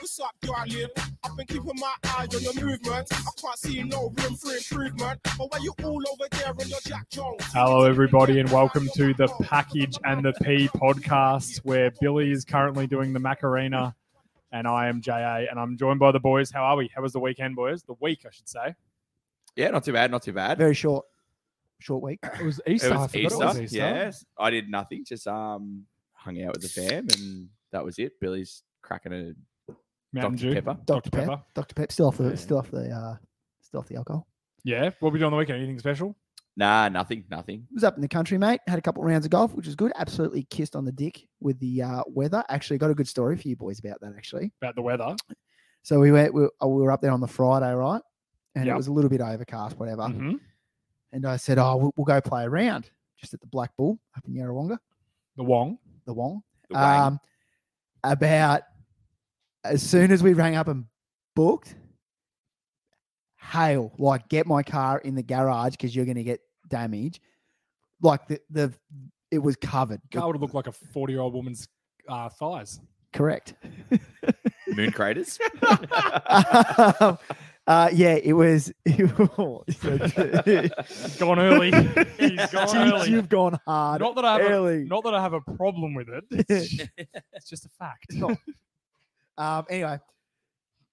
what's up, yo, I live. I've been keeping my eye on your movement. I can't see no room for improvement. But why you all over there in your Jack Jones? Hello, everybody, and welcome to the Package and the P podcast, where Billy is currently doing the Macarena, and I am JA, and I'm joined by the boys. How are we? How was the weekend, boys? The week, I should say. Yeah, not too bad, not too bad. Very short, short week. It was It Easter. was Easter. Yes, I did nothing. Just um, hung out with the fam, and that was it. Billy's cracking a Mountain Dr Dew. Pepper. Dr. Pep. Pepper. Dr. Pep still off the Yeah. still off the uh, still off the alcohol. Yeah. What we do on the weekend? Anything special? Nah, nothing, nothing. Was up in the country, mate. Had a couple rounds of golf, which was good. Absolutely kissed on the dick with the uh, weather. Actually, got a good story for you boys about that. Actually, About the weather. so we went. We, uh, we were up there on the Friday, right? And Yep. it was a little bit overcast, whatever. Mhm. And I said, "Oh, we'll, we'll go play a round just at the Black Bull up in Yarrawonga, The Wong. the Wong." The wang. Um, about as soon as we rang up and booked, hail, like, get my car in the garage because you're going to get damage. Like, the, the it was covered. Car would have looked like a 40 year old woman's uh, thighs. Correct. Moon craters. um, uh, yeah, it was. Gone early. He's gone Jeez, early. You've gone hard. Not that I have. A, early. not that I have a problem with it. It's, it's just a fact. It's not. um, anyway,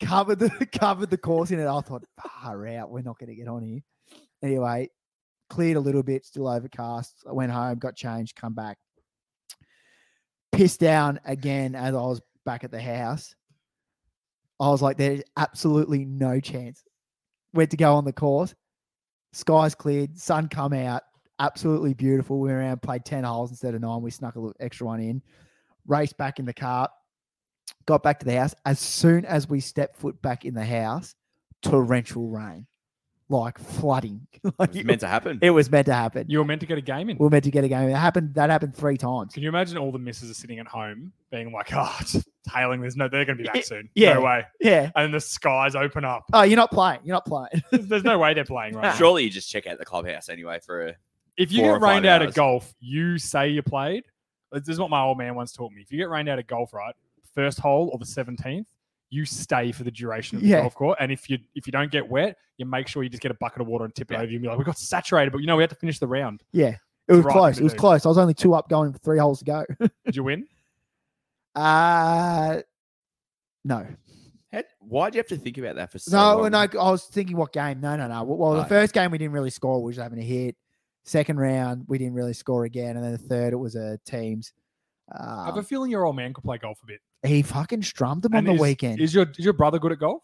covered the covered the course in it. I thought, far out, we're not going to get on here. Anyway, cleared a little bit, still overcast. I went home, got changed, come back, pissed down again as I was back at the house. I was like, there's absolutely no chance. Went to go on the course, skies cleared, sun come out, absolutely beautiful. We went around, played ten holes instead of nine. We snuck a little extra one in, raced back in the car, got back to the house. As soon as we stepped foot back in the house, torrential rain, like flooding. Like, It was meant to happen. it was meant to happen. You were meant to get a game in. we were meant to get a game. It happened. That happened three times. Can you imagine all the misses are sitting at home being like, oh, it's hailing. There's no, they're going to be back soon. yeah. No way. Yeah. And the skies open up. Oh, you're not playing. You're not playing. There's no way they're playing right now. Surely you just check out the clubhouse anyway for a If you Four get or five rained out at hours. golf, you say you played. This is what my old man once taught me. If you get rained out at golf, right, first hole or the seventeenth, you stay for the duration of the Yeah. golf course. And if you if you don't get wet, you make sure you just get a bucket of water and tip it Yeah. over you and be like, we got saturated, but you know we had to finish the round. Yeah. It was Right, close. It we was do. close. I was only two up going for three holes to go. Did you win? Uh no. How, why'd you have to think about that for so No, long? and I, I was thinking what game. No, no, no. Well, the No. first game we didn't really score. We were just having a hit. Second round, we didn't really score again. And then the third, it was a teams. I have a Uh, feeling your old man could play golf a bit. he fucking strummed them on And the is- weekend. Is your is your brother good at golf?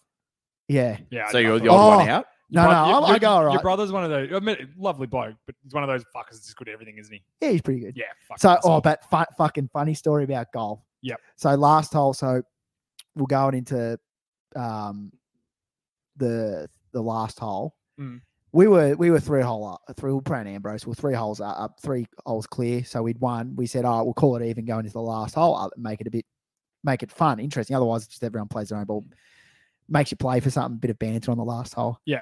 yeah. Yeah. I- So I you're thought- the odd one Oh. out. No, Your no, bro- your- I, I your- go all Your right. brother's one of those. I mean, lovely bloke, but he's one of those fuckers that's just good at everything, isn't he? Yeah, he's pretty good. Yeah. fuck So, myself. oh, but fu- fucking funny story about golf. Yep. So last hole, so we're going into um the the last hole. Mm. We were we were three hole up, three we were playing Ambrose. We were three holes uh, up, up, three holes clear. So we'd won. We said, all right, we'll call it even going into the last hole up and make it a bit, make it fun, interesting. Otherwise, it's just everyone plays their own ball, makes you play for something, bit of banter on the last hole. Yeah.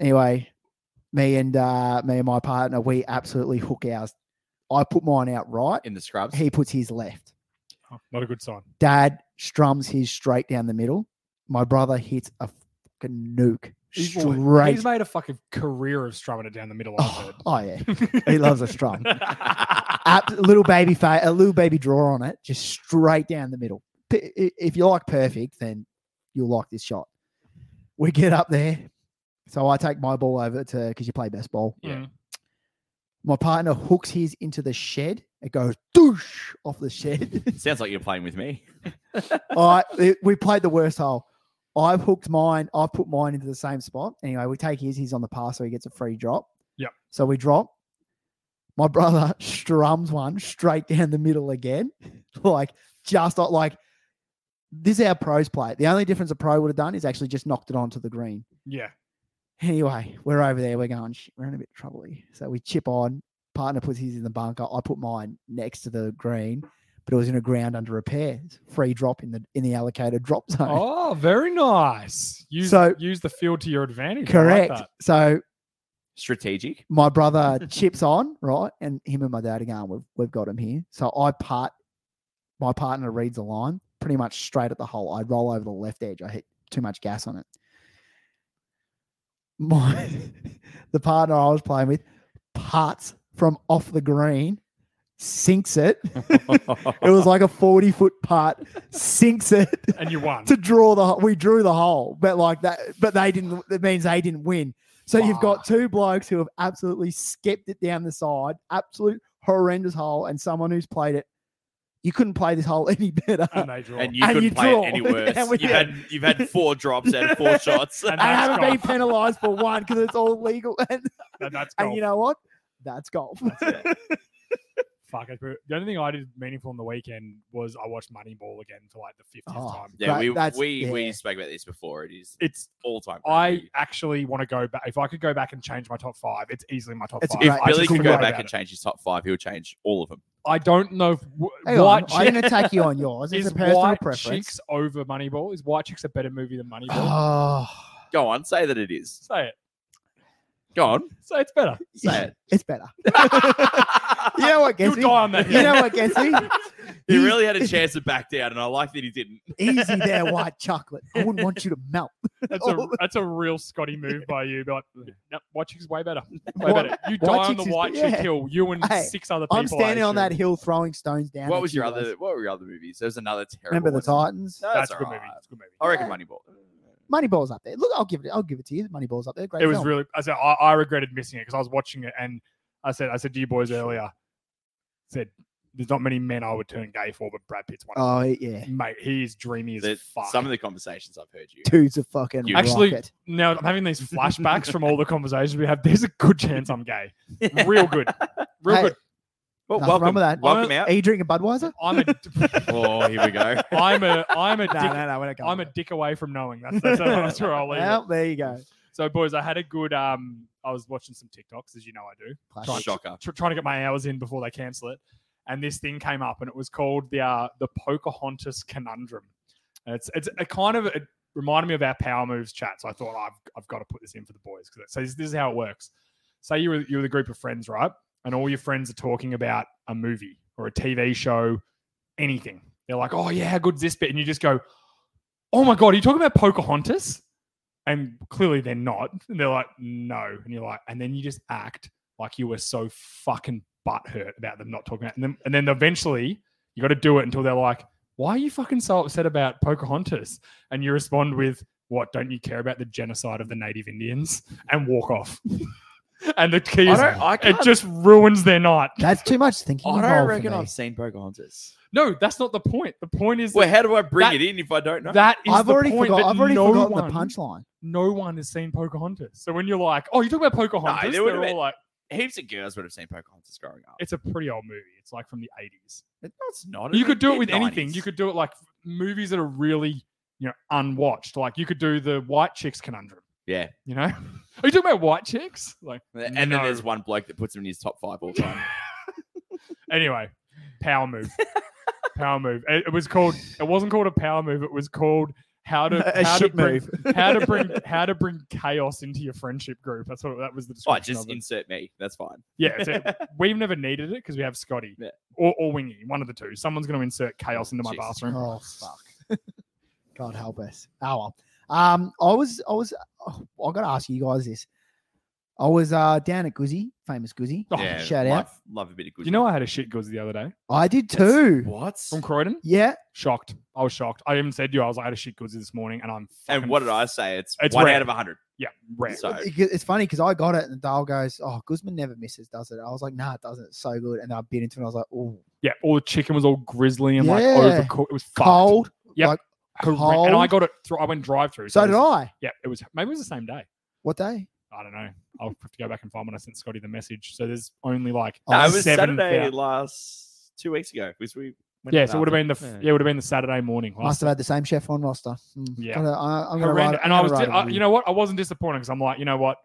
Anyway, me and uh me and my partner, we absolutely hook ours. I put mine out right. in the scrubs. He puts his left. Oh, not a good sign. Dad strums his straight down the middle. My brother hits a fucking nuke He's, straight. he's made a fucking career of strumming it down the middle. I've oh, heard. oh, yeah, he loves a strum. Oh. That's Ab- little baby fa- a little baby draw on it, just straight down the middle. P- i- If you like perfect, then you'll like this shot. We get up there, so I take my ball over to because you play best ball. Yeah. My partner hooks his into the shed. It goes doosh off the shed. Sounds like you're playing with me. I it- we played the worst hole. I've hooked mine. I've put mine into the same spot. Anyway, we take his. He's on the pass, so he gets a free drop. Yep. So we drop. My brother strums one straight down the middle again, like just not like this is how pros play. The only difference a pro would have done is actually just knocked it onto the green. yeah. Anyway, we're over there. We're going, Shit, we're in a bit of trouble here. So we chip on. Partner puts his in the bunker. I put mine next to the green, but it was in a ground under repair. It's a Free drop in the in the allocated drop zone. Oh, very nice. Use So- use the field to your advantage. I like Correct. that. so Strategic. my brother chips on, right? And him and my dad are going, we've, we've got him here. So I part, my partner reads a line, pretty much straight at the hole. I'd roll over the left edge. I hit too much gas on it. My the partner I was playing with parts from off the green, sinks it. It was like a 40 foot putt, sinks it and you won. to draw the we drew the hole, but like that, but they didn't. That means they didn't win. So you've got two blokes who have absolutely skept it down the side, absolute horrendous hole, and someone who's played it. You couldn't play this hole any better. and they draw. and you And couldn't you play draw. it any And worse. we You've did. had you've had four drops out of four shots. And I that's haven't been golf. penalised for one because it's all legal, and, And that's and golf. you know what? That's golf. Fuck, I agree. the only thing I did meaningful on the weekend was I watched Moneyball again for like the 50th Oh. time. yeah, That- we that's- we we yeah. spoke about this before. It is It's all time. great I movie. actually want to go back. If I could go back and change my top five, it's easily my top It's a five. great- I if just Billy could couldn't go worry back about and it. change his top five, he'll change all of them. I don't know if wh- white Hang on, I'm chick going to take you on yours. It's is a personal white preference. chicks over Moneyball. Is White Chicks a better movie than Moneyball? Oh, Go on, say that it is. Say it. Go on, Say it's better. say it. it's better. You know what You'll gets die me? on that. You know what gets me? he He's- really had a chance to back down, and I like that he didn't. Easy there, white chocolate. I wouldn't want you to melt. That's a that's a real Scotty move by you. But no, White Chicks is way better. Way White- better. You die White on the Chicks is- White Chick yeah. Hill. You and Hey, six other people. I'm standing I on that assume. hill throwing stones down. What at was you your guys. other? What were your other movies? There was another terrible. Remember the one. Titans? No, That's that's a good movie. alright. It's a good movie. I reckon Moneyball. Moneyball's up there. Look, I'll give it. I'll give it to you. Moneyball's up there. Great. it was film. really. I said I, I regretted missing it because I was watching it and I said I said to you boys earlier, I said there's not many men I would turn gay for, but Brad Pitt's one. Oh yeah, Mate, he is dreamy as The- fuck. some of the conversations I've heard you. dude's a fucking You- Actually, rocket. now I'm having these flashbacks from all the conversations we have. There's a good chance I'm gay. Real good. Real Hey, good. Well, Nothing wrong welcome, with that. welcome out. Are you drinking Budweiser? I'm a Oh, here we go. I'm a I'm a dick, no, we're not I'm a dick away from knowing. That's that's, that's where I'll leave it. Well, there you go. So boys, I had a good um I was watching some TikToks as you know I do. Classic. Shocker. tr- trying to get my hours in before they cancel it. And this thing came up, and it was called the uh, the Pocahontas conundrum. And it's it's a kind of it reminded me of our power moves chat. So I thought I've I've got to put this in for the boys because so this, this is how it works. Say you were you were a group of friends, right? And all your friends are talking about a movie or a TV show, anything. They're like, "Oh yeah, how good's this bit?" And you just go, "Oh my god, are you talking about Pocahontas?" And clearly they're not. And they're like, "No." And you're like, and then you just act like you were so fucking butthurt about them not talking about and then and then eventually you got to do it until they're like why are you fucking so upset about pocahontas and you respond with what don't you care about the genocide of the native indians and walk off and the key I is don't. I it can't. just ruins their night That's too much thinking. I involved don't for reckon me. I've seen Pocahontas. no that's not the point the point is Well, how do I bring That- it in if I don't know? that is I've the already point forgot. that I've already no forgotten one, the punchline. no one has seen pocahontas so when you're like oh you talking about pocahontas they they're would've all been- like Heaps of girls would have seen Pocahontas growing up. it's a pretty old movie it's like from the 80s It- no, it's not. you It's could do it the with anything. You mid-nineties. could do it like movies that are really, you know, unwatched. Like you could do the white chicks conundrum. Yeah. You know, are you talking about white chicks? Like, And then No. there's one bloke that puts him in his top five all time. anyway, power move, power move. It, it was called. It wasn't called a power move. It was called how to a how to shit bring move. how to bring how to bring chaos into your friendship group. That's what that was the All right, description. just of it. insert me. That's fine. yeah. So we've never needed it because we have Scotty Yeah. or, or Wingy, one of the two. Someone's going to insert chaos into my Jesus bathroom. Oh fuck! God help us. Oh well. Um, I was, I was, oh, I got to ask you guys this. I was uh down at Guzzy, famous Guzzy. Oh, yeah, shout love, out. Love a bit of good. You know, I had a shit goods the other day I did That's- too. what? from Croydon. Yeah, Shocked. I was shocked. I even said to you, I was like, I had a shit goods this morning and I'm fucking And what did I say? It's, It's one rare. out of a hundred. Yeah, rare. So it- it- it's funny because I got it, and Dale goes, "Oh, Guzman never misses, does it?" I was like, "Nah, it doesn't. It's so good." And then I bit into it, and I was like, "Oh, Yeah, all the chicken was all grizzly and like Yeah. overcooked. It was fucked. cold." Yep. like, Correct. And I cold. got it through. I went drive through. So did I. Yeah, it was maybe it was the same day. What day? I don't know. I'll have to go back and find when I sent Scotty the message. So there's only like No, that it was Oh, seven Saturday thou- last two weeks ago. Because we went Yeah, to so it would have been the f- bathroom. yeah, it would have been the Saturday morning. Must Last have had the same chef on roster. Hmm, Yeah. gotta- I, am gonna horrendous. write, And I was, di- I, you know what? I wasn't disappointed because I'm like, you know what?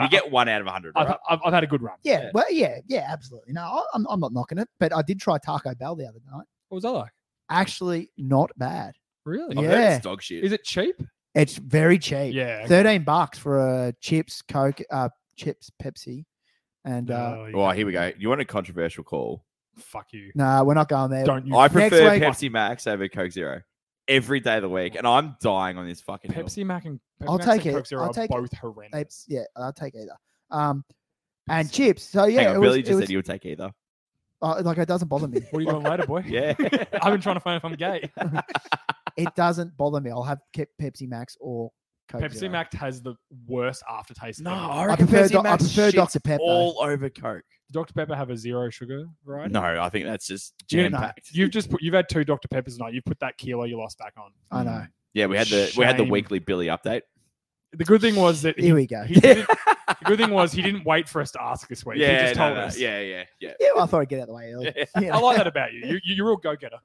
You get one out of a hundred. I've, right? I've, I've had a good run. Yeah, Yeah. well, yeah, yeah, absolutely. No, I- I'm, I'm not knocking it, but I did try Taco Bell the other night. What was that like? Actually, not bad. Really? I've Yeah. heard it's dog shit. Is it cheap? It's very cheap. Yeah. thirteen bucks for a chips, Coke, uh, chips, Pepsi, and uh, Oh, yeah. Oh, here we go. You want a controversial call? Fuck you. Nah, we're not going there. Don't you? I Next prefer week- Pepsi Max over Coke Zero every day of the week, and I'm dying on this fucking hill. Pepsi Mac and Pepsi I'll Max take and it. Coke Zero I'll are take it. both They- horrendous. yeah, I'll take either. Um, and chips. So yeah, Hang on, it was, Billy it just was- said he would take either. uh, like it doesn't bother me. What are you doing later, boy? Yeah. I've been trying to find if I'm gay. it doesn't bother me. I'll have kept Pepsi Max or Coke Pepsi Zero. Max has the worst aftertaste. No, ever. I I reckon prefer, Pepsi Do- I Max prefer shits Dr Pepper. all over Coke. Dr Pepper have a zero sugar variety. No, I think that's just You know, jam packed. You've just put, you've had two Dr Peppers tonight. You've put that kilo you lost back on. I know. Yeah, we had the we had the Shame. weekly Billy update. The good thing was that he, Here we go. he didn't, the good thing was he didn't wait for us to ask this week. he just no, told no, us. Yeah, yeah, yeah. Yeah, well, I thought I'd get out of the way early. Yeah. You I know, like that about you. You, you you're a real go getter.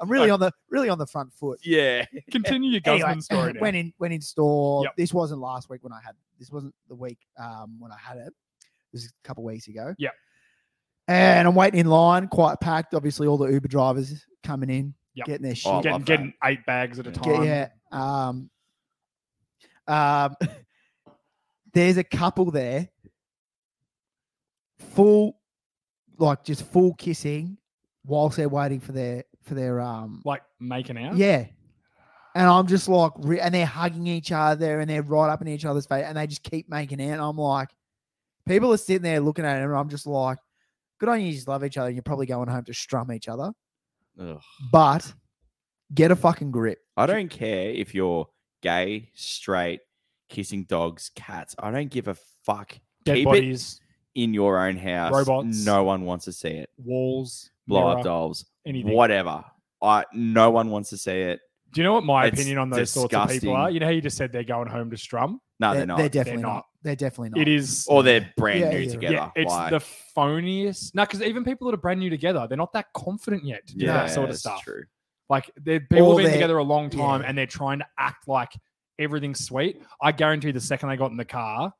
I'm really on the really on the front foot. Yeah. Continue your Guzman Anyway, story. Now. went in went in store. Yep. This wasn't last week when I had this wasn't the week um, when I had it. This is a couple weeks ago. Yep. And I'm waiting in line, quite packed. Obviously, all the Uber drivers coming in, Yep. getting their shit. Oh, I getting love that. getting eight bags at a Yeah. Get- time. yeah. Um, um, there's a couple there, full, like just full kissing, whilst they're waiting for their for their um Like making out. yeah. And I'm just like, re- and they're hugging each other and they're right up in each other's face and they just keep making out. And I'm like, people are sitting there looking at it and I'm just like, good on you, you just love each other. You're probably going home to strum each other, Ugh. but get a fucking grip. I don't care if you're gay, straight, kissing dogs, cats. I don't give a fuck. Dead Keep it bodies, in your own house. Robots. No one wants to see it. walls, Blow up mirror, dolls. anything. Whatever. I no one wants to see it. Do you know what my It's opinion on those sorts of disgusting. people are? You know how you just said they're going home to strum? No, they're, not. definitely not. not. They're definitely not. It is or they're brand Yeah, new yeah. together. Yeah, it's like, the phoniest. No, because even people that are brand new together, they're not that confident yet to do yeah, that sort of it's stuff. True. Like they're people Or been they're- together a long time yeah. and they're trying to act like everything's sweet. I guarantee the second they got in the car,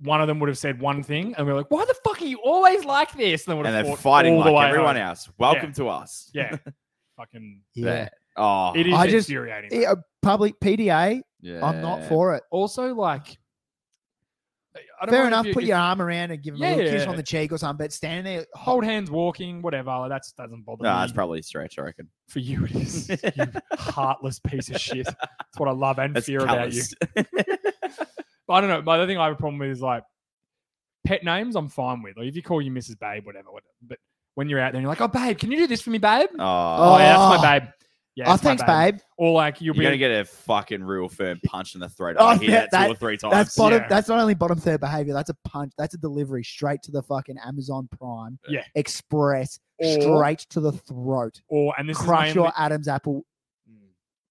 one of them would have said one thing and we are like, "Why the fuck are you always like this?" And they would And have they're fought fighting all the like way everyone home. else. Welcome to us. Yeah, fucking. yeah. Oh, It is I just- infuriating. yeah. Public PDA, yeah. I'm not for it. also, like, I don't Fair mind if enough. you- put if- your arm around and give them a little kiss Yeah. Oh, on the cheek or something, but standing there, hold hands, walking, whatever. That's doesn't bother No, me. that's probably a stretch, I reckon. For you, it is. You heartless piece of shit. That's what I love and That's fear about you. callous. But I don't know. My other thing I have a problem with is like pet names. I'm fine with. Like if you call you Mrs. Babe, whatever. whatever. But when you're out there, and you're like, "Oh, babe, can you do this for me, babe?" Oh, Oh, yeah, that's Oh. my babe. Yeah, oh, that's my thanks, babe. Or like you'll you're going to be. get a fucking real firm punch in the throat. Oh, I hear yeah, that, that- two or three times. That's bottom. Yeah. That's not only bottom third behavior. That's a punch. That's a delivery straight to the fucking Amazon Prime Yeah. Express, Or- straight to the throat. Or and this is Crush mainly, your Adam's apple.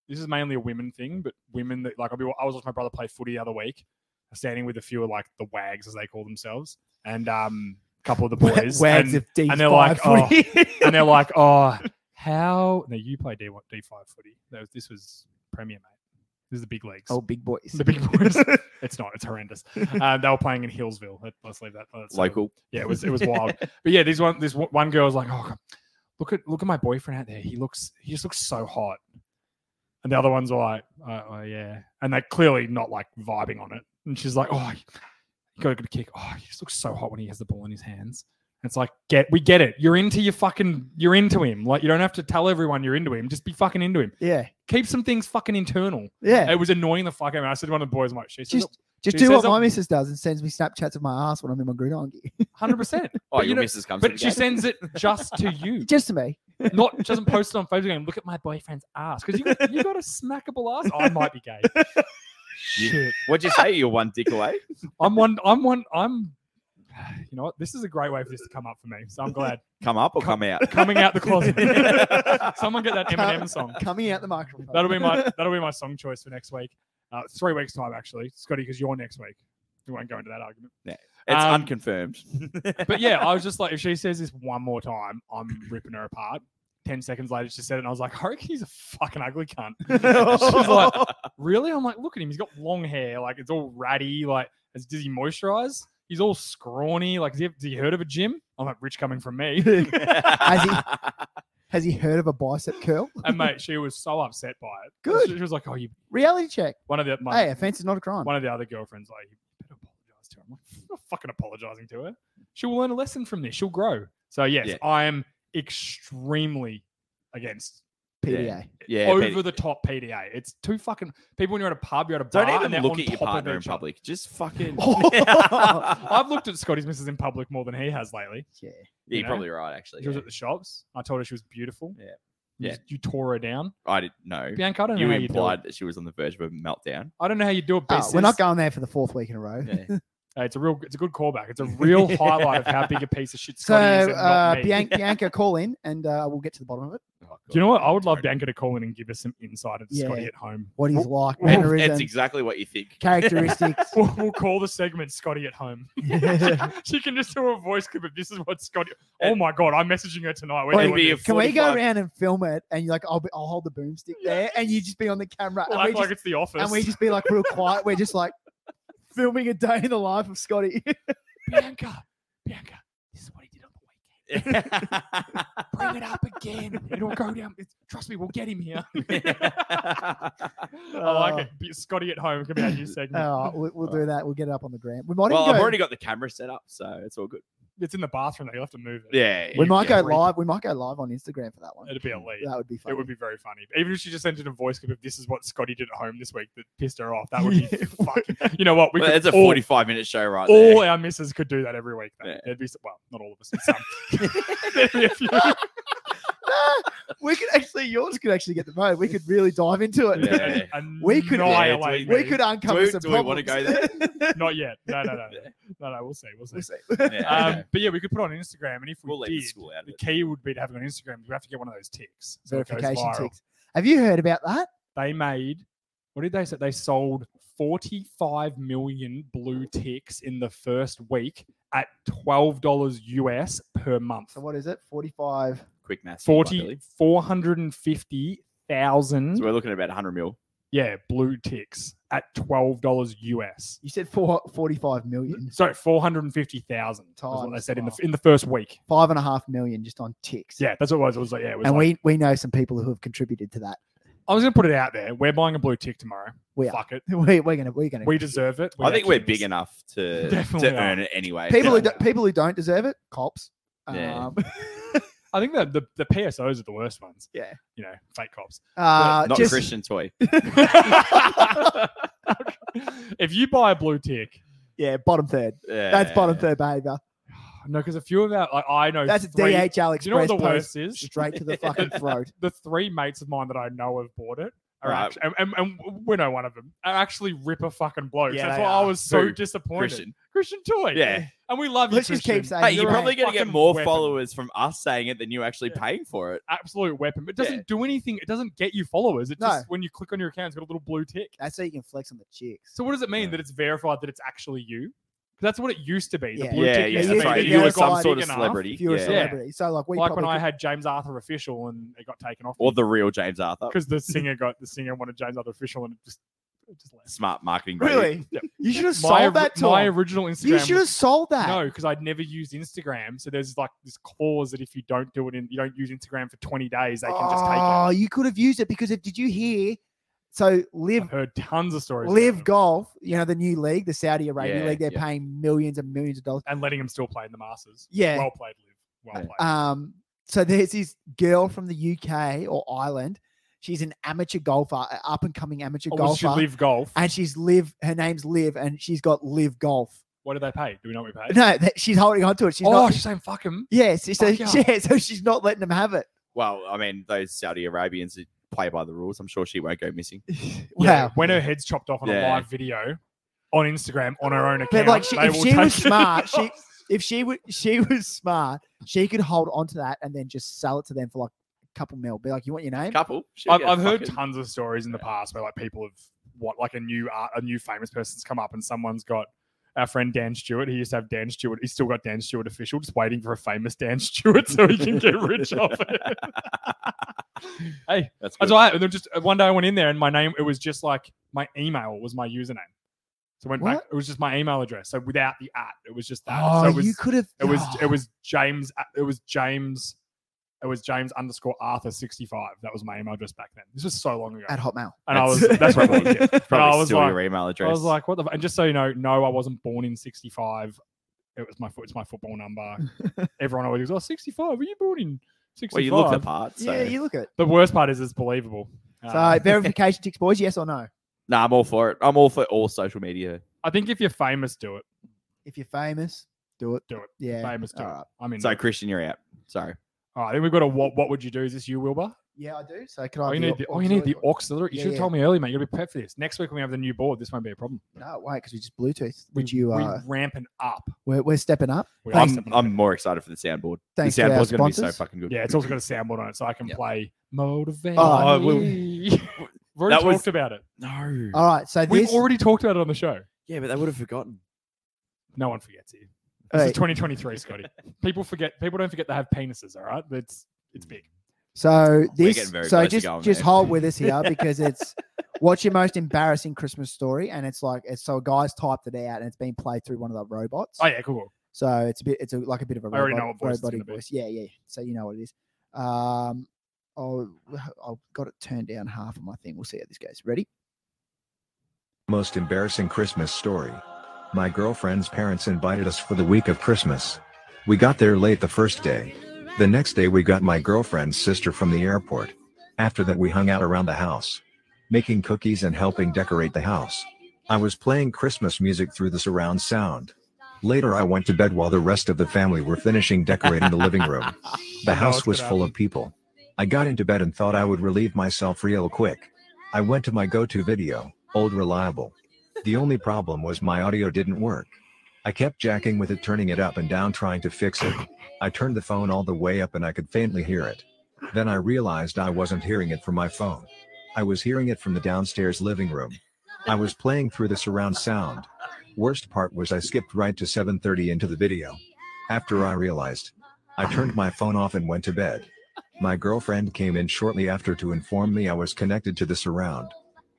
this is mainly a women thing, but women that like I'll be, I was watching my brother play footy the other week, standing with a few of like the wags as they call themselves, and um, a couple of the boys, Wags and, of D5 and they're like, oh, footy. and they're like, oh, how? No, you play D D five footy. That was, this was premier, mate. This is the big leagues. oh, big boys. The big boys. it's not. It's horrendous. Um, they were playing in Hillsville. Let- Let's leave that. that's- Local. yeah, it was it was wild. But yeah, this one this one girl was like, "Oh, God, look at look at my boyfriend out there. He looks he just looks so hot." And the other ones are like, "Oh, oh, yeah," and they're clearly not like vibing on it. And she's like, "Oh, he got a good kick. Oh, he just looks so hot when he has the ball in his hands." And it's like, get we get it. You're into your fucking you're into him. Like you don't have to tell everyone you're into him. Just be fucking into him. yeah, Keep some things fucking internal. yeah. It was annoying the fuck out of me. I said to one of the boys, I'm like, she's Just- Just She do says what my I'm- missus does and sends me Snapchats of my ass when I'm in my gridiron gear. hundred percent. Oh, But you your know- missus comes in. But she again. sends it just to you. Just to me. not she doesn't post it on Facebook and look at my boyfriend's ass because you got, you got a smackable ass. Oh, I might be gay. Shit, What'd you say? You're one dick away? I'm one. I'm one. I'm. You know what? This is a great way for this to come up for me. So I'm glad Come up or come out? coming out the closet. Someone get that Eminem song. Coming out the microphone. That'll be my that'll be my song choice for next week. Uh, three weeks time actually, Scotty, because you're next week. We won't go into that argument. It's Um, unconfirmed. But yeah, I was just like, if she says this one more time, I'm ripping her apart. Ten seconds later, she said it, and I was like, I reckon he's a fucking ugly cunt. She's like, really? I'm like, look at him. He's got long hair. Like, it's all ratty. Like, is, does he moisturize? He's all scrawny. Like, has he, has he heard of a gym? I'm like, rich coming from me. Has he heard of a bicep curl? and mate, she was so upset by it. Good. She, she was like, oh, you. Reality check. One of the my, Hey, offense is not a crime. one of the other girlfriends like, you better apologize to her. I'm like, I'm not fucking apologizing to her. She will learn a lesson from this. She'll grow. So yes, Yeah. I am extremely against Yeah. PDA. Yeah, over Petty. the top PDA. It's too fucking people when you're at a pub, you're at a bar, don't and even they're look on at your top of partner in each other. public. Just fucking. I've looked at Scotty's missus in public more than he has lately. Yeah. you Yeah, you're know? probably right. Actually, She was yeah. at the shops. I told her she was beautiful. Yeah. You, Yeah. just- you tore her down, I didn't know. Bianca. I don't You know how you do it. implied that she was on the verge of a meltdown. I don't know how you do it. Oh, Best. we're not going there for the fourth week in a row. Yeah. Oh, it's a real. It's a good callback. It's a real highlight of how big a piece of shit So, Scotty is. And uh, not me. Bian- Bianca, call in and uh, we'll get to the bottom of it. Oh, Do you know God. what? I would love Sorry. Bianca to call in and give us some insight into Yeah. Scotty at home. What he's like, well, it's mannerisms, That's exactly what you think. characteristics. We'll, we'll call the segment Scotty at home. Can she can just do a voice clip of this is what Scotty. Oh And- my god, I'm messaging her tonight. We're Wait, doing be a this. we go 45 around and film it? And you're like, I'll, be, I'll hold the boomstick there, and you just be on the camera, We'll act and, we just, like it's the office. and we just be like real quiet. We're just like filming a day in the life of Scotty. Bianca, Bianca, this is what he did on the weekend. Bring it up again. It'll go down. It's, trust me, we'll get him here. I Oh. like it. Be- Scotty at home can be our new Mm. segment. Oh, we, we'll do that. We'll get it up on the gram. We might well, even I've go, already got the camera set up, so it's all good. It's in the bathroom though. You'll have to move it. Yeah. we yeah, might yeah. go live. We might go live on Instagram for that one. It'd be a lead. That would be fun. It would be very funny. Even if she just sent in a voice clip of this is what Scotty did at home this week that pissed her off, that would be fucking. You know what? We Well, could it's a all- 45 minute show right All there. our misses could do that every week. Though. Yeah. There'd be s- well, not all of us. But some. There'd be a few. Yeah, Ah, we could actually. Yours could actually get the vote. We could really dive into it. Yeah. We could- annihilate we me. could Do uncover we, some do we want to go problems. there? not yet. No, no, no, no, no, no. We'll see. We'll see. We'll see. Yeah, Um, okay. but yeah, we could put it on Instagram, and if we We'll leave the did, school out of the it. key would be to have it on Instagram. You have to get one of those ticks. so it goes verification viral. ticks. Have you heard about that? They made. What did they say? They sold 45 million blue ticks in the first week at $12 US per month. So what is it? Forty-five. Quick math. 40, 450,000 So we're looking at about 100 mil. Yeah, blue ticks at twelve dollars US. You said four, 45 million. Sorry, four hundred and fifty thousand. That's what they Times, said in the wow. in the first week. Five and a half million just on ticks. Yeah, that's what it was. It was like yeah, it was. And like- we, we know some people who have contributed to that. I was gonna put it out there. We're buying a blue tick tomorrow. We are. Fuck it. We, we're gonna we're gonna We deserve it. I think we're kings. big enough to, Definitely to earn it anyway. people who Yeah. do, people who don't deserve it. Cops. Yeah. Um, I think that the, the PSOs are the worst ones. Yeah. You know, fake cops. uh, Not just- Christian toy. if you buy a blue tick, Yeah, bottom third. That's bottom third behavior. no, because a few of our like, I know That's a three, DHL Do you know what Express the post worst is? straight to the fucking throat. the three mates of mine that I know have bought it. Are Right. actually, and, and, and we know one of them are actually ripper fucking blokes. Yeah, That's they why I are. was so Who? disappointed. Christian, Christian. Toy, Yeah. and we love you. Let's just keep Christian. saying. Hey, you're you're right. probably going to get Fucking more weapon. followers from us saying it than you actually Yeah. paying for it. absolute weapon. It Yeah. doesn't do anything. It doesn't get you followers. It No. just when you click on your account, it's got a little blue tick. That's how you can flex on the chicks. So what does it mean that it's verified that it's actually you? 'Because that's what it used to be. The Yeah. blue Yeah, tick yeah, used to that's be right. that You you were were some got sort of big enough, celebrity. If you're a Yeah. celebrity, so like we Like probably when I could- had James Arthur official and it got taken off Or the real James Arthur. because the singer got the singer wanted James Arthur official and it just it just left. Smart marketing. buddy. really. Yep. You should have my, sold that to my him. original Instagram. You should was- have sold that. No, because I'd never used Instagram. So there's like this clause that if you don't do it in, you don't use Instagram for 20 days, they can just take it. oh, you could have used it because if did you hear? So I've live heard tons of stories. about live them golf, you know the new league, the Saudi Arabia Yeah, league. They're yeah. paying millions and millions of dollars. and letting them still play in the Masters. Yeah. Well played, Liv. Well Yeah. played. Um, so there's this girl from the UK or Ireland. She's an amateur golfer, up and coming amateur oh, well, she golfer, live golf. and she's live. Her name's Liv, and she's got Live Golf. What do they pay? Do we know what we pay? No, that, she's holding on to it. She's oh, not. she's saying fuck him. Yeah, so, so, Fuck yeah. yeah, so she's not letting them have it. Well, I mean, those Saudi Arabians that play by the rules. I'm sure she won't go missing. Wow. When her head's chopped off on a Yeah. live video on Instagram on her own account. But, like, she- they if will she was take it smart, she- off. If she would, she was smart. She could hold on to that and then just sell it to them for like a couple mil. Be like, you want your name? Couple. Shit, I've, yeah, I've heard fucking- tons of stories in the past where like people have what like a new art, a new famous person's come up and someone's got our friend Dan Stewart. He used to have Dan Stewart. He's still got Dan Stewart official, just waiting for a famous Dan Stewart so he can get rich off it. hey, that's That's good. all right. And then just uh, one day I went in there and my name it was just like my email was my username. So I went back. What? It was just my email address. So without the at, it was just that. Oh, so it was, you could have. Oh, it was it was James uh, it was James it was James underscore Arthur sixty five. That was my email address back then. This was so long ago, at Hotmail. and I was That's- that's what it was. Yeah. Probably I was still like- your email I address. was like, what the? fu- And just so you know, no, I wasn't born in sixty five. it was my foot. It's my football number. Everyone always goes, "Oh, 65. Were you born in 65?" Well, you look the part. So. Yeah, you look it. The worst part is it's believable. So Um, verification ticks, boys. Yes or no? Nah, I'm all for it. I'm all for all social media. I think if you're famous, do it. If you're famous, do it. Do it. Yeah. Uh, Famous, do all it. right. I mean, So Christian, you're out. Sorry. all right, I think we've got a what? What would you do? Is this you, Wilbur? Yeah, I do. So can I? Oh, you be need au- the, oh, you need the auxiliary? auxiliary. You Yeah, should have yeah. told me earlier, mate. You got to be prepped for this. Next week when we have the new board, this won't be a problem. No, wait, because we just Bluetooth. We, Would you? Uh, we ramping up. we, are we're stepping up. We are I'm, stepping up. I'm more excited for the soundboard. Thanks the to our soundboard's going to be so sponsors. fucking good. yeah, it's also got a soundboard on it, so I can Yep. play motivate. Oh, me. we'll- we've already That talked was- about it. no. All right. So We've this. already talked about it on the show. yeah, but they would have forgotten. No one forgets you. This is Alright, 2023, Scotty. people forget. People don't forget they have penises. All right, it's Mm. it's big. so this. getting very So close to just going just there. hold with us here because it's what's your most embarrassing Christmas story, and it's like it's so a guy's typed it out and it's been played through one of the robots. Oh yeah, cool. cool. So it's a bit, it's a, like a bit of a I already robot, know what voice it's robotic gonna be. voice. Yeah, yeah. So you know what it is. Um, I'll, I've got it turned down half of my thing. We'll see how this goes. Ready? Most embarrassing Christmas story. My girlfriend's parents invited us for the week of Christmas. We got there late the first day. The next day, we got my girlfriend's sister from the airport. After that, we hung out around the house, making cookies and helping decorate the house. I was playing Christmas music through the surround sound. Later, I went to bed while the rest of the family were finishing decorating the living room. The house was full of people. I got into bed and thought I would relieve myself real quick. I went to my go to video, Old Reliable. The only problem was my audio didn't work. I kept jacking with it, turning it up and down, trying to fix it. I turned the phone all the way up and I could faintly hear it. Then I realized I wasn't hearing it from my phone. I was hearing it from the downstairs living room. I was playing through the surround sound. Worst part was I skipped right to 7:30 into the video. After I realized, I turned my phone off and went to bed. My girlfriend came in shortly after to inform me I was connected to the surround.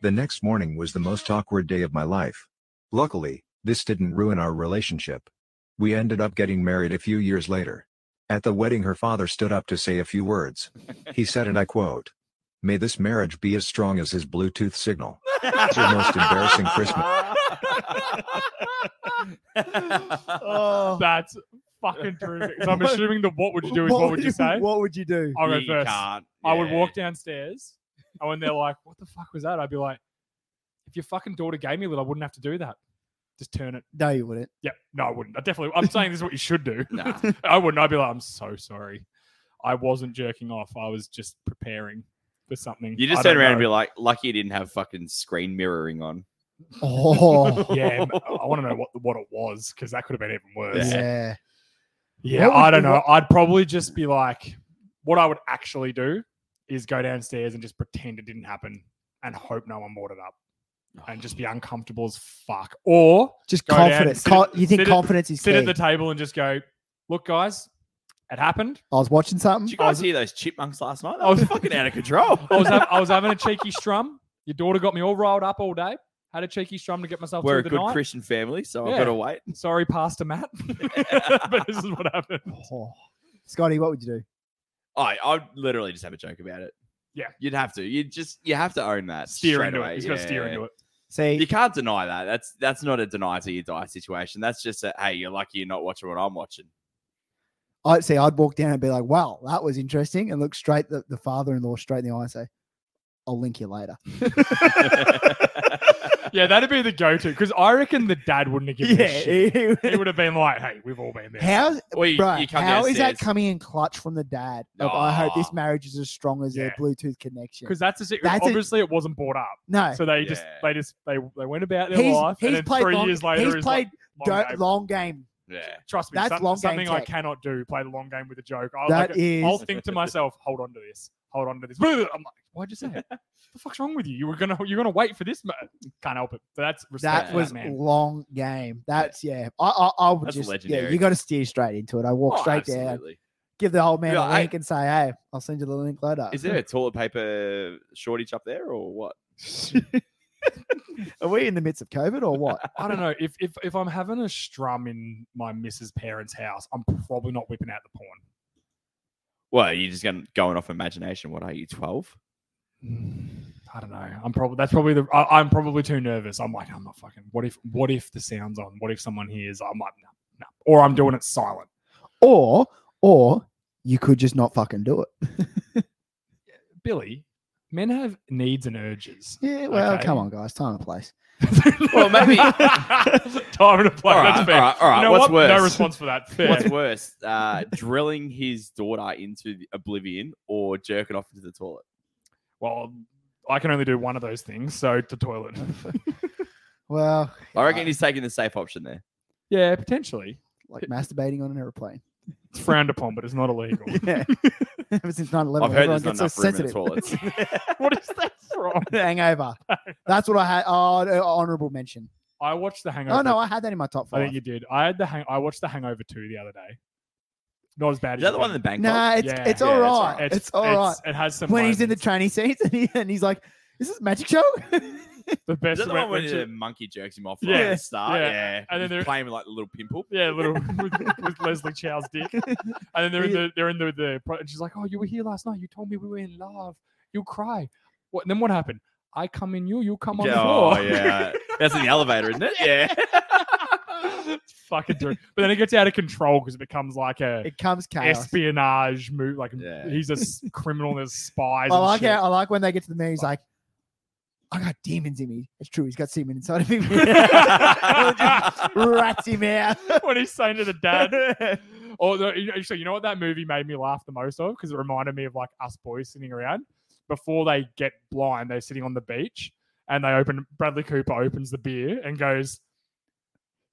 The next morning was the most awkward day of my life. Luckily, this didn't ruin our relationship. We ended up getting married a few years later. At the wedding, her father stood up to say a few words. He said, and I quote, May this marriage be as strong as his Bluetooth signal. It's your most embarrassing Oh. Christmas. That's fucking terrific. So I'm assuming the what would you do is what, would you say? What would you do? I'll go You 1st can't, I would yeah. walk downstairs. And when they're like, what the fuck was that? I'd be like, if your fucking daughter gave me a little, I wouldn't have to do that. Just turn it. No, you wouldn't. Yep. No, I wouldn't. I definitely, I'm saying this is what you should do. Nah. I wouldn't. I'd be like, I'm so sorry. I wasn't jerking off. I was just preparing for something. You just turn around and be like, lucky you didn't have fucking screen mirroring on. Oh, yeah, m- I want to know what what it was because that could have been even worse. Yeah, yeah. What would I don't you know. want- I'd probably just be like, what I would actually do is go downstairs and just pretend it didn't happen and hope no one brought it up and just be uncomfortable as fuck. Or Just Go down, confidence. sit Co- at- you think sit at- confidence is sit key? at the table and just go, look, guys, it happened. I was watching Did something. you guys hear those chipmunks last night? That I was- was fucking out of control. I was, hav- I was having a cheeky strum. Your daughter got me all riled up all day. Had a cheeky strum to get myself We're a through the good night. Christian family, so Yeah. I've got to wait. Sorry, Pastor Matt, but this is what happened. Oh. Scotty, what would you do? I I'd literally just have a joke about it. Yeah. You'd have to. You just you have to own that. Steer straight into away. it. He's got to steer Yeah. into it. You See, can't deny that. That's that's not a deny till you die situation. That's just a hey, you're lucky you're not watching what I'm watching. I'd see. I'd walk down and be like, "Wow, that was interesting," and look straight the, the father-in-law straight in the eye and say, "I'll link you later." Yeah, that'd be the go-to because I reckon the dad wouldn't have given a shit. he- He would have been like, "Hey, we've all been there." How's Or you, Bro, you come how is that downstairs. coming in clutch from the dad? Of, I hope this Aw. marriage is as strong as their Ah. Yeah. Bluetooth connection. Because that's the secret. That's a- Obviously, it wasn't brought up, No, so they just Yeah. they just they they went about their he's, life. he's and then played three long, years later, he's he's played like, do- long long, game. game. Yeah. Trust me, that's some- long game something I tech. cannot do. Play the long game with a joke. I'll, That Oh, like, is I'll think to myself, "Hold on to this. Hold on to this." I'm like, "Why'd you say it? what the fuck's wrong with you? You were gonna you're gonna wait for this, man. Can't help it." So that's respect that for Yeah. was man. long game. That's yeah. I I, I would That's just yeah. legendary. You got to steer straight into it. I walk Oh, straight down, absolutely. give the old man Yeah, a I- link, and say, "Hey, I'll send you the link later." Is there a toilet paper shortage up there or what? Are we in the midst of COVID or what? I don't know if, if if I'm having a strum in my missus' parents' house, I'm probably not whipping out the porn. Well, you're just going going off imagination. What are you, 12? I don't know. I'm probably that's probably the I, I'm probably too nervous. I'm like I'm not fucking. What if what if the sounds on? What if someone hears? I'm like no, no. or I'm doing it silent. Or or you could just not fucking do it. Billy, men have needs and urges. Yeah, well, Okay. come on, guys, time and place. Well, maybe- time to play. all That's right, fair. all right, all right. You know What's what? worse? No response for that. Fair. What's worse, uh, drilling his daughter into the oblivion or jerking off into the toilet? well, I can only do one of those things, so to toilet. Well, I reckon uh, he's taking the safe option there. yeah, potentially. like masturbating on an airplane. It's frowned upon, but it's not illegal. Yeah. Ever since 9 11, I've heard everyone there's not gets so enough sensitive. room in the toilets. what is that from? The hangover. That's what I had. Oh, no, honorable mention. I watched The Hangover. Oh, no, I had that in my top I five. think you did. I had the hang. I watched The Hangover two the other day. Not as bad. Is as that you the one in think. the bank? Nah, it's, Yeah. it's Yeah, all it's all right. right. It's, all right. It has some. When he's in the moments. tranny seats and, he, and he's like, is this magic show? the Is best when- that the one when where she- the monkey jerks him off right at Yeah, the start? yeah. Yeah. And then He's there- playing with like the little pimple. Yeah, little with, with Leslie Chow's dick, and then they're in the they're in the, the pro- and she's like, "Oh, you were here last night. You told me we were in love. You'll cry." What? then what happened? I come in you. You come on the Yeah, floor. oh, yeah. That's in the elevator, isn't it? Yeah. it's fucking true. But then it gets out of control because it becomes like a it comes chaos. espionage move. Like Yeah. he's a s- criminal. and There's spies. I and like shit. how, I like when they get to the man. He's like, I got demons in me. It's true. He's got semen inside of him. Rats him out. what he's saying to the dad. Oh, no, you- actually, you know what that movie made me laugh the most of? Because it reminded me of like us boys sitting around. Before they get blind, they're sitting on the beach and they open, Bradley Cooper opens the beer and goes,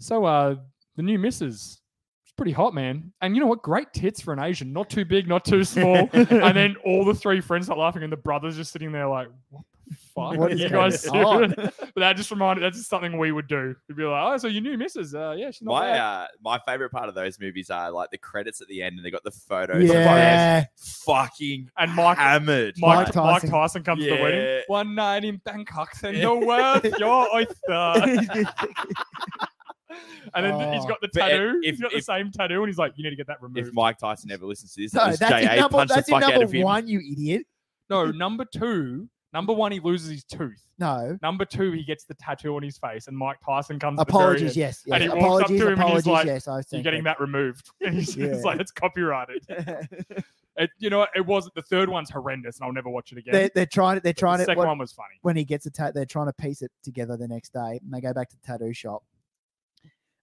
So, uh, the new missus, it's pretty hot, man. And you know what? Great tits for an Asian. Not too big, not too small. and then all the three friends start laughing and the brother's just sitting there like, What the fuck? What are is you going guys on?" doing? But that just reminded, that's just something we would do. We'd be like, Oh, so your new missus, uh, yeah, she's not my bad." uh, my favorite part of those movies are like the credits at the end and they got the photos. of Yeah. those Fucking And Mike, hammered. Mike, Mike Mike Tyson, Tyson. comes to the wedding. Yeah. One night in Bangkok, and Yeah. you're worth your oyster. And then th- he's Oh. got the But it- tattoo. if- he's got the if- same tattoo, and he's like, "You need to get that removed." If Mike Tyson ever listens to this, No, that was that's in JA number, punched the that's in fuck out number of him. one, you idiot. no, number two, number one, he loses his tooth. No. Number two, he gets the tattoo on his face, and Mike Tyson comes. at the very Apologies, end, yes. yes. And he walks up to apologies, him and he's apologies, like, yes. I You're getting that removed. And he's, he's Yeah. like, "It's copyrighted." It, you know, it was the third one's horrendous, and I'll never watch it again. they're, they're trying to, they're the trying to, second what- one was funny. when he gets a tat, they're trying to piece it together the next day, and they go back to the tattoo shop,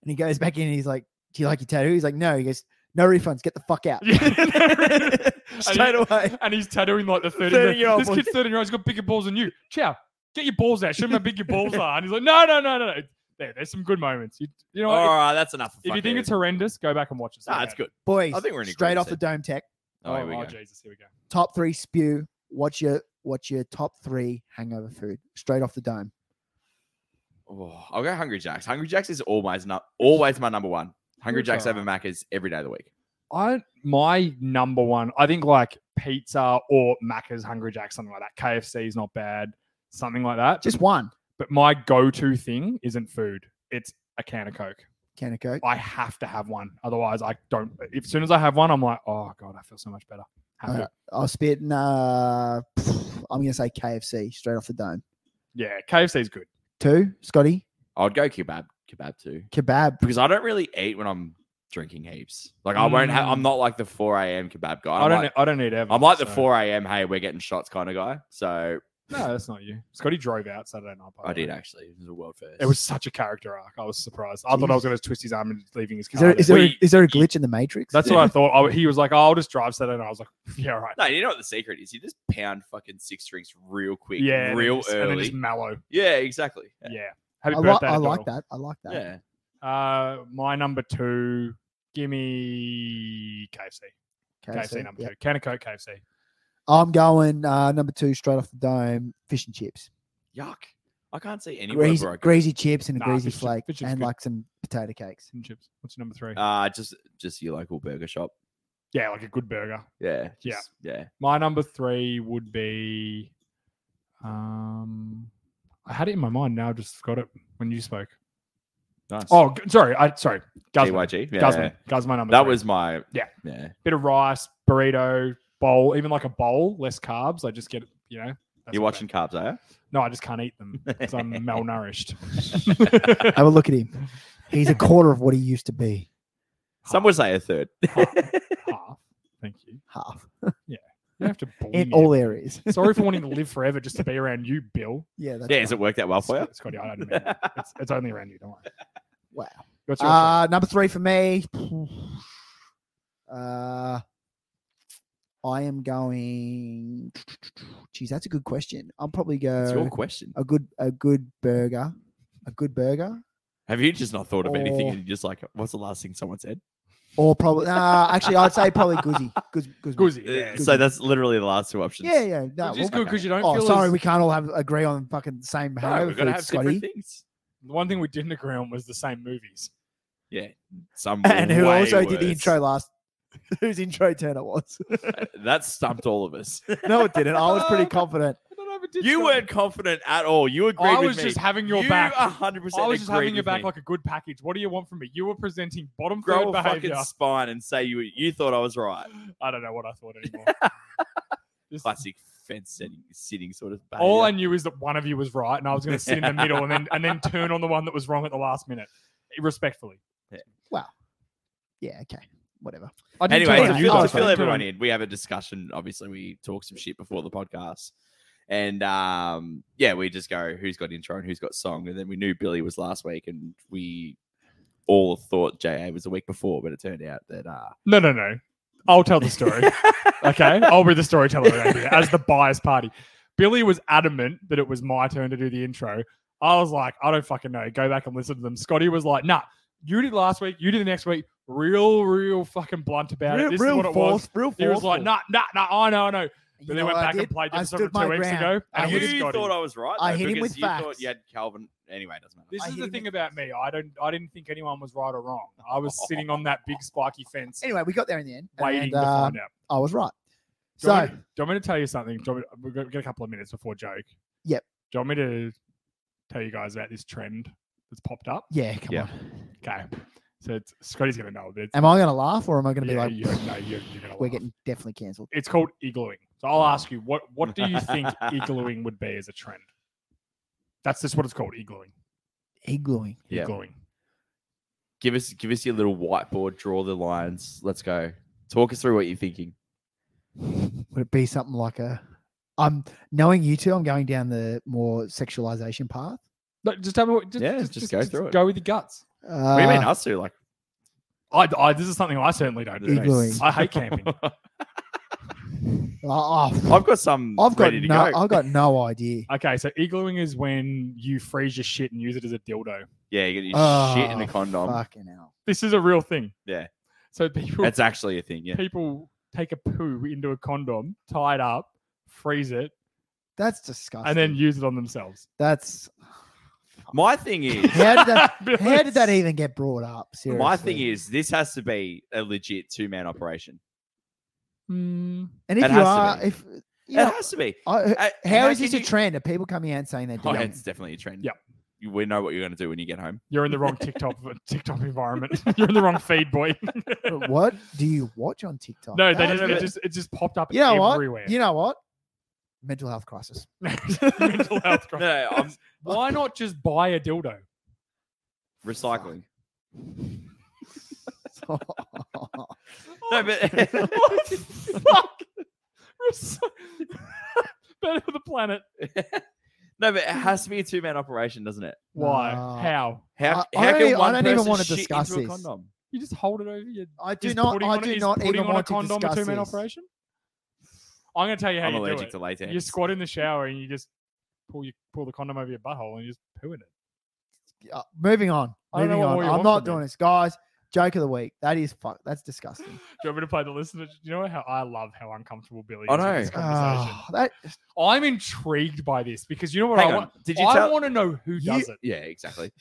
and he goes back in, and he's like, "Do you like your tattoo?" He's like, "No." He goes, "No refunds. Get the fuck out." Straight And he- away. and he's tattooing like the 30 30-year-old This boy. kid's 13 year old, he's got bigger balls than you. Chow, get your balls out. Show him how big your balls are. And he's like, no, no, no, no, no. There, there's some good moments. You, you know, what? All right, that's enough. of if, if you think fucking- it's horrendous, go back and watch it. nah, it's good. Boys, I think we're in straight agreement off the dome tech. Oh, here we oh, go. Jesus, here we go. Top three spew. What's your what's your top three hangover food? Straight off the dome. Oh, I'll go Hungry Jacks. Hungry Jacks is always not always my number one. Hungry It's Jacks all over Macca's every day of the week. I my number one, I think like pizza or Macca's, Hungry Jack, something like that. KFC's not bad, something like that. Just one But my go-to thing isn't food; it's a can of Coke. can of Coke. I have to have one. Otherwise, I don't. As soon as I have one, I'm like, oh god, I feel so much better. Have Okay. it. I'll spit. Nah, I'm gonna say KFC straight off the dome. Yeah, KFC's good. Two, Scotty, I'd go kebab, kebab too, kebab. because I don't really eat when I'm drinking heaps. Like I won't have. I'm Mm. not like the 4 a.m. kebab guy. I'm I don't. Like, I don't need ever. I'm like the 4 a.m. Hey, we're getting shots kind of guy. So No, that's not you. Scotty drove out Saturday night. by I the way. did actually. It was a world first. It was such a character arc. I was surprised. I thought I was going to twist his arm and leaving his Is car. there there. is there, a- Wait, is there a glitch in the matrix? Uh, that's what I thought. I, he was like, oh, "I'll just drive Saturday." night. I was like, "Yeah, all right." No, you know what the secret is? You just pound fucking six drinks real quick, yeah, and then real just- And then early. just mellow. Yeah, exactly. Yeah. Yeah. Happy I, li- birthday. I Adele. like that. I like that. yeah. Uh, my number two. Give me KFC. KFC, KFC, number yeah. two. Can of Coke KFC. I'm going uh, number two straight off the dome. Fish and chips, Yuck. I can't see anywhere greasy, where I could- greasy chips, and a Nah, greasy fish chip- flake, fish chip's and good. like some potato cakes. Tin chips. What's your number three? Uh, just just your local burger shop. yeah, like a good burger. Yeah. Yeah. just- Yeah. My number three would be. Um, I had it in my mind. Now I just forgot it when you spoke. Nice. Oh, g- sorry. I sorry. Guzman. TYG. Yeah. Guzman. Guzman number. That three. was my Yeah. yeah. bit of rice, burrito, bowl, even like a bowl, less carbs. I just get you know. that's You're what I- watching carbs, are you? No, I just can't eat them because I'm malnourished. Have a look at him. He's a quarter of what he used to be. Oh. Some would say a third. Half. Ah, Thank you. half You have to bully in me. all areas. Sorry for wanting to live forever just to be around you, Bill. Yeah, that's Yeah, right. has it worked out well for you? Sc- Scotty, I don't mean that. it's, it's only around you. Don't worry. Wow. What's your Uh, number three for me. Uh, I am going. Geez, that's a good question. I'll probably It's Uh, your go question. a good a good burger, a good burger, Have you just not thought of anything oh. Or- and you're just like, what's the last thing someone said? or probably nah, actually I'd say probably Guzzi. Guz, Guzman. Guzzi. Uh, Yeah. so that's literally the last two options. Yeah, yeah. No, Which is well- good because you don't oh, feel sorry, as- we can't all have agree on fucking the same No, hangover we've got to food, have Scotty. different things. The one thing we didn't agree on was the same movies. Yeah. Some And who way also did the worse. intro last? Whose intro turn it was? Uh, That stumped all of us. no, it didn't. I was pretty confident. I don't know if it did You stop. weren't confident at all. You agreed I with was me. just having your you back. 100% I was just agreed having your with back me. like a good package. What do you want from me? You were presenting bottom grow third a behavior. fucking spine and say you you thought I was right. I don't know what I thought anymore. This- Classic fence sitting, sitting sort of. all I behaviour. knew is that one of you was right, and I was going to sit in the middle and then and then turn on the one that was wrong at the last minute, respectfully. Yeah, okay, whatever. I did anyway, turn tell to on you fill, guys, to though. fill I did turn everyone on- in, we have a discussion. Obviously, we talk some shit before the podcast, and um, yeah, we just go who's got intro and who's got song, and then we knew Billy was last week, and we all thought JA was the week before, but it turned out that uh, No, no, no. I'll tell the story. okay, I'll be the storyteller around here as the bias party. Billy was adamant that it was my turn to do the intro. I was like, I don't fucking know. Go back and listen to them. Scotty was like, Nah, you did last week. You did the next week. Real, real fucking blunt about it. This is what it was. force, real He was like, Nah, nah, nah. I know, I know. You But know then went what I back and did? played I episode stood two my weeks ground. ago. I And hit you him. you got thought him. I was right. I though, hit him because with you facts. Thought you had Calvin. Anyway, it doesn't matter. This I is hit the him thing in- about me. I don't. I didn't think anyone was right or wrong. I was sitting on that big spiky fence, Anyway, we got there in the end. waiting and, to uh, find out. I was right. Do you So want me to- do you want me to tell you something? Do you want me- we've got we've got a couple of minutes before joke. Yep. Do you want me to tell you guys about this trend that's popped up? yeah, come Yeah. on. Okay. So it's, Scotty's going to know, but it's, Am I going to laugh or am I going to yeah, be you're, like, no, you're, you're gonna we're laugh. getting definitely cancelled? It's called iglooing. So I'll ask you, what what do you think iglooing would be as a trend? That's just what it's called, iglooing. Iglooing. Yeah. Iglooing. Give us, give us your little whiteboard. Draw the lines. Let's go. Talk us through what you're thinking. Would it be something like a? I'm knowing you two. I'm going down the more sexualization path. No, just tell me what. Just, Yeah, just go through it. Go with your guts. Uh, what do you mean us two? Like I, I, this is something I certainly don't do. Iglooing. I hate camping. oh, oh, I've got some. I've got ready to no. go. I've got no idea. Okay, so iglooing is when you freeze your shit and use it as a dildo. Yeah, you get your shit in Oh, a condom. Fucking hell. This is a real thing. Yeah. So people That's actually a thing. Yeah. people take a poo into a condom, tie it up, freeze it, That's disgusting. and then use it on themselves. that's My thing is, how did that? Billy's- how did that even get brought up? Seriously. my thing is, this has to be a legit two man operation. Mm, and if it you has to are, be. if you know, It has to be. I, Uh, how is can this a you- trend? Are people coming out saying they're Oh, doing? yeah, it? it's definitely a trend. Yep. You, we know what you're going to do when you get home. you're in the wrong TikTok TikTok environment. You're in the wrong feed, boy. But what do you watch on TikTok? no, they That- just, it just it just popped up You know what? everywhere. You know what? Mental health crisis. Mental health crisis. No, no, I'm Why not just buy a dildo? recycling. Oh, No, but what the fuck? Recy- Better for the planet. no, but it has to be a two man operation, doesn't it? Why? Nah. How? How, I- how I don't can e- I one don't even person wanna shit discuss into a this. condom? You just hold it over your. I do is not. putting I on- do is not putting even on want a to condom a discuss two-man this. operation. I'm going to tell you how I'm you do allergic it. to latex. You squat in the shower and you just pull your pull the condom over your butthole and you just poo in it. Uh, moving on. I don't know Moving what on. more you I'm want not from me. doing this, guys. Joke of the week. That is fuck. That's disgusting. Do you want me to play the listener? Do you know how I love how uncomfortable Billy is I in this know. conversation? Oh, that I'm intrigued by this because you know what Hang I on. want. Did you I tell? want to know who You- does it. Yeah, exactly.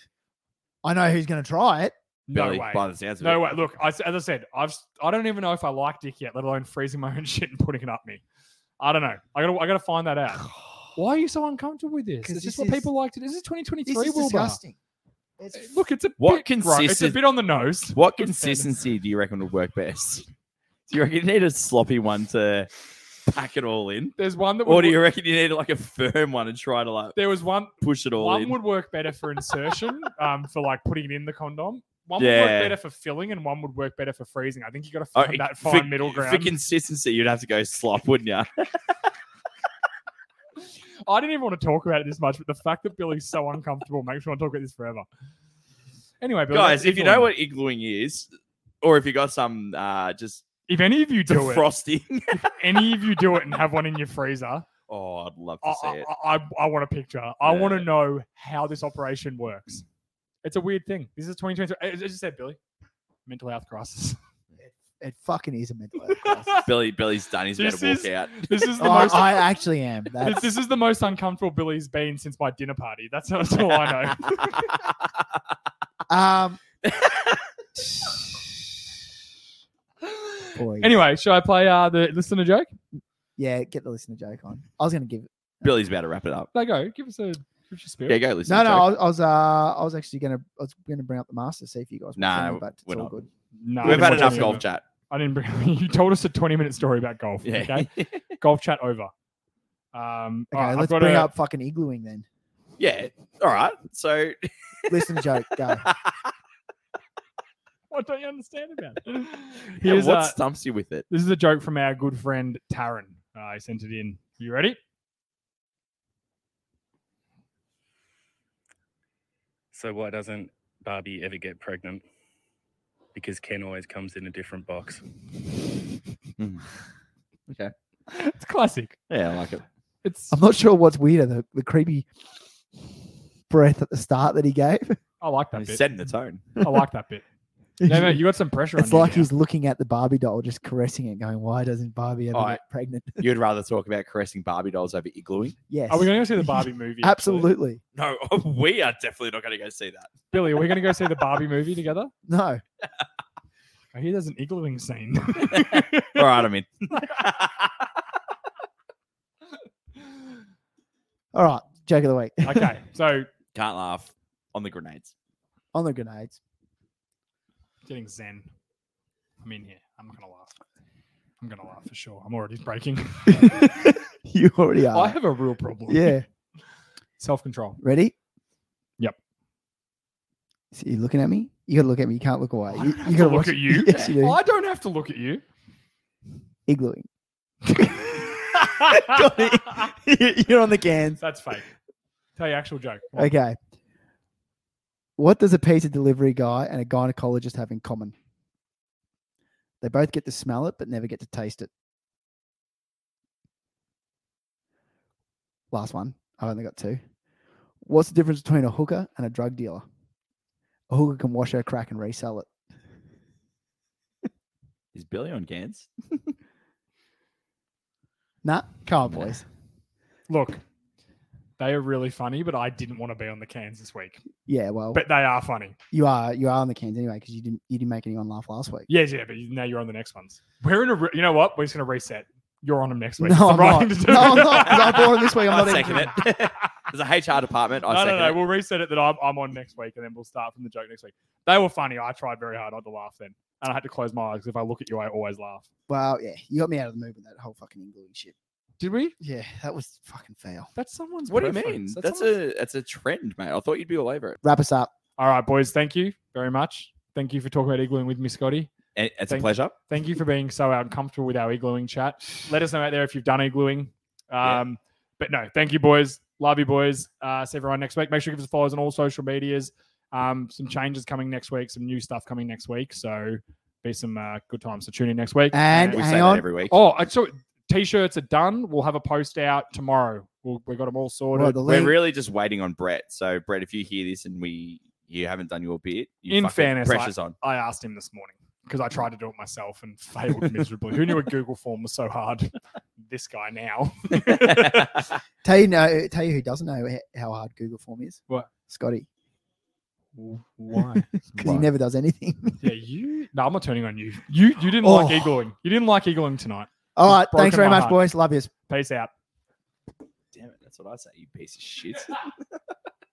I know who's going to try it. No Billy, way. by the sounds of No it. way. Look, I, as I said, I've s- I don't even know if I like dick yet, let alone freezing my own shit and putting it up me. I don't know. I gotta I gotta find that out. Why are you so uncomfortable with this? 'Cause Is this this what is- people like to do? This is This 2023 is Wilbur. disgusting. It's Eh, Look, it's a What bit, gro- It's a consistent- bit on the nose. What consistency do you reckon would work best? Do you reckon you need a sloppy one to pack it all in? There's one that would, Or do you reckon you need like a firm one and try to like there was one push it all one in? would work better for insertion, um, for like putting it in the condom. one would work Yeah. better for filling and one would work better for freezing. I think you got to Oh, find that for- fine middle ground. For consistency, you'd have to go slop, wouldn't you? I didn't even want to talk about it this much, but the fact that Billy's so uncomfortable makes me want to talk about this forever. Anyway, Billy, Guys, that's if you iglooing. know what iglooing is, or if you got some uh, just if any of you do it, defrosting, any of you do it and have one in your freezer, oh, I'd love I, to see I, it. I, I- I want a picture. I want to Yeah. know how this operation works. It's a weird thing. This is 2023. As as you said, Billy, mental health crisis. It fucking is a mental health crisis. Billy, Billy's done. He's about uh. This to walk is- out. This is the Oh, most. I actually am. this, That's, this is the most uncomfortable Billy's been since my dinner party. That's, that's all I know. um, boy. anyway, should I play uh, the listener joke? Yeah, get the listener joke on. I was gonna give. Billy's about to wrap it up. No, go. Give us a, give us your spirit. Yeah, go listen. No, no, Joe. I was, I was, uh, I was actually gonna, I was gonna bring up the master, see if you guys. want Nah, something, but it's we're all not. good. No, I We've didn't had watch enough any of golf it. chat. I didn't bring. You told us a 20 minute story about golf. Yeah. Okay. golf chat over. Um, Okay, alright, I've let's got bring a- up fucking iglooing then. yeah. All right. So Listener joke, go. What don't you understand about it? yeah, Here's, what uh, stumps you with it? This is a joke from our good friend Taryn. Uh, he sent it in. You ready? So why doesn't Barbie ever get pregnant? Because Ken always comes in a different box. Mm-hmm. It's classic. Yeah, I like it. It's. I'm not sure what's weirder, the, the creepy breath at the start that he gave. I like that He's bit. setting the tone. I like that bit. No, no, you got some pressure. it's on like you he's looking at the Barbie doll, just caressing it, going, "Why doesn't Barbie ever Oh, get pregnant?" You'd rather talk about caressing Barbie dolls over iglooing? yes, now. Are we going to see the Barbie movie? actually? absolutely No, we are definitely not going to go see that. Billy, are we going to go see the Barbie movie together? no. I hear there's an iglooing scene. All right, I mean, All right, joke of the week okay, so can't laugh on the grenades. on the grenades. getting zen. I'm in here. I'm gonna laugh. I'm gonna laugh for sure. I'm already breaking. you already are. I have a real problem. yeah, Self control. ready? Yep. So you looking at me? You gotta look at me. You can't look away. I Uh, You, don't have you to gotta look watch at it. you. Yes, you do. Oh, I don't have to look at you. Iglooing. You're on the cans. That's fake. Tell your actual joke. Come on. Okay. What does a pizza delivery guy and a gynecologist have in common? They both get to smell it, but never get to taste it. Last one. I've only got two. What's the difference between a hooker and a drug dealer? A hooker can wash her crack and resell it. Is Billy on cans? Nah, come on, Nah. boys. Look, they are really funny, but I didn't want to be on the cans this week. Yeah, well, But they are funny. you are you are on the cans anyway because you didn't you didn't make anyone laugh last week. Yeah, yeah. But now you're on the next ones. We're in a. Re- you know what? We're just gonna reset. You're on them next week. It's No, the I'm right not. thing to do. No, I'm not. 'cause I bought them this week. I'm I'll not second even. it. There's a HR department. I no, no, second no. it. We'll reset it that I'm, I'm on next week, and then we'll start from the joke next week. They were funny. I tried very hard not to laugh then, and I had to close my eyes 'cause if I look at you, I always laugh. Well, yeah, you got me out of the movement. That whole fucking England shit. Did we? Yeah, that was fucking fail. That's someone's. What do you mean? preference. That's, someone's- a that's a trend, mate. I thought you'd be all over it. Wrap us up. All right, boys. Thank you very much. Thank you for talking about iglooing with me, Scotty. And It's Thank- a pleasure. Thank you for being so uncomfortable with our iglooing chat. Let us know out there if you've done iglooing. Um, Yeah. But no, thank you, boys. Love you, boys. Uh, see everyone next week. Make sure you give us follows on all social medias. Um, some changes coming next week. Some new stuff coming next week. So be some uh, good times. So tune in next week. And We hang say on. that every week. Oh, I saw t-shirts are done. We'll have a post out tomorrow. We'll, we got them all Well, sorted. the We're link, really just waiting on Brett. So Brett, if you hear this and we you haven't done your bit, you In fucking- fairness, pressure's on. I asked him this morning because I tried to do it myself and failed miserably. Who knew a Google form was so hard? this guy now. tell you know, tell you who doesn't know h- how hard Google Form is. What? Scotty, Why? because he never does anything. Yeah, you. No, I'm not turning on you. You you didn't like Oh. eagling. You didn't like eagling tonight. All right, broken thanks very my much, heart. boys. Love you. Peace out. Damn it, that's what I say, you piece of shit.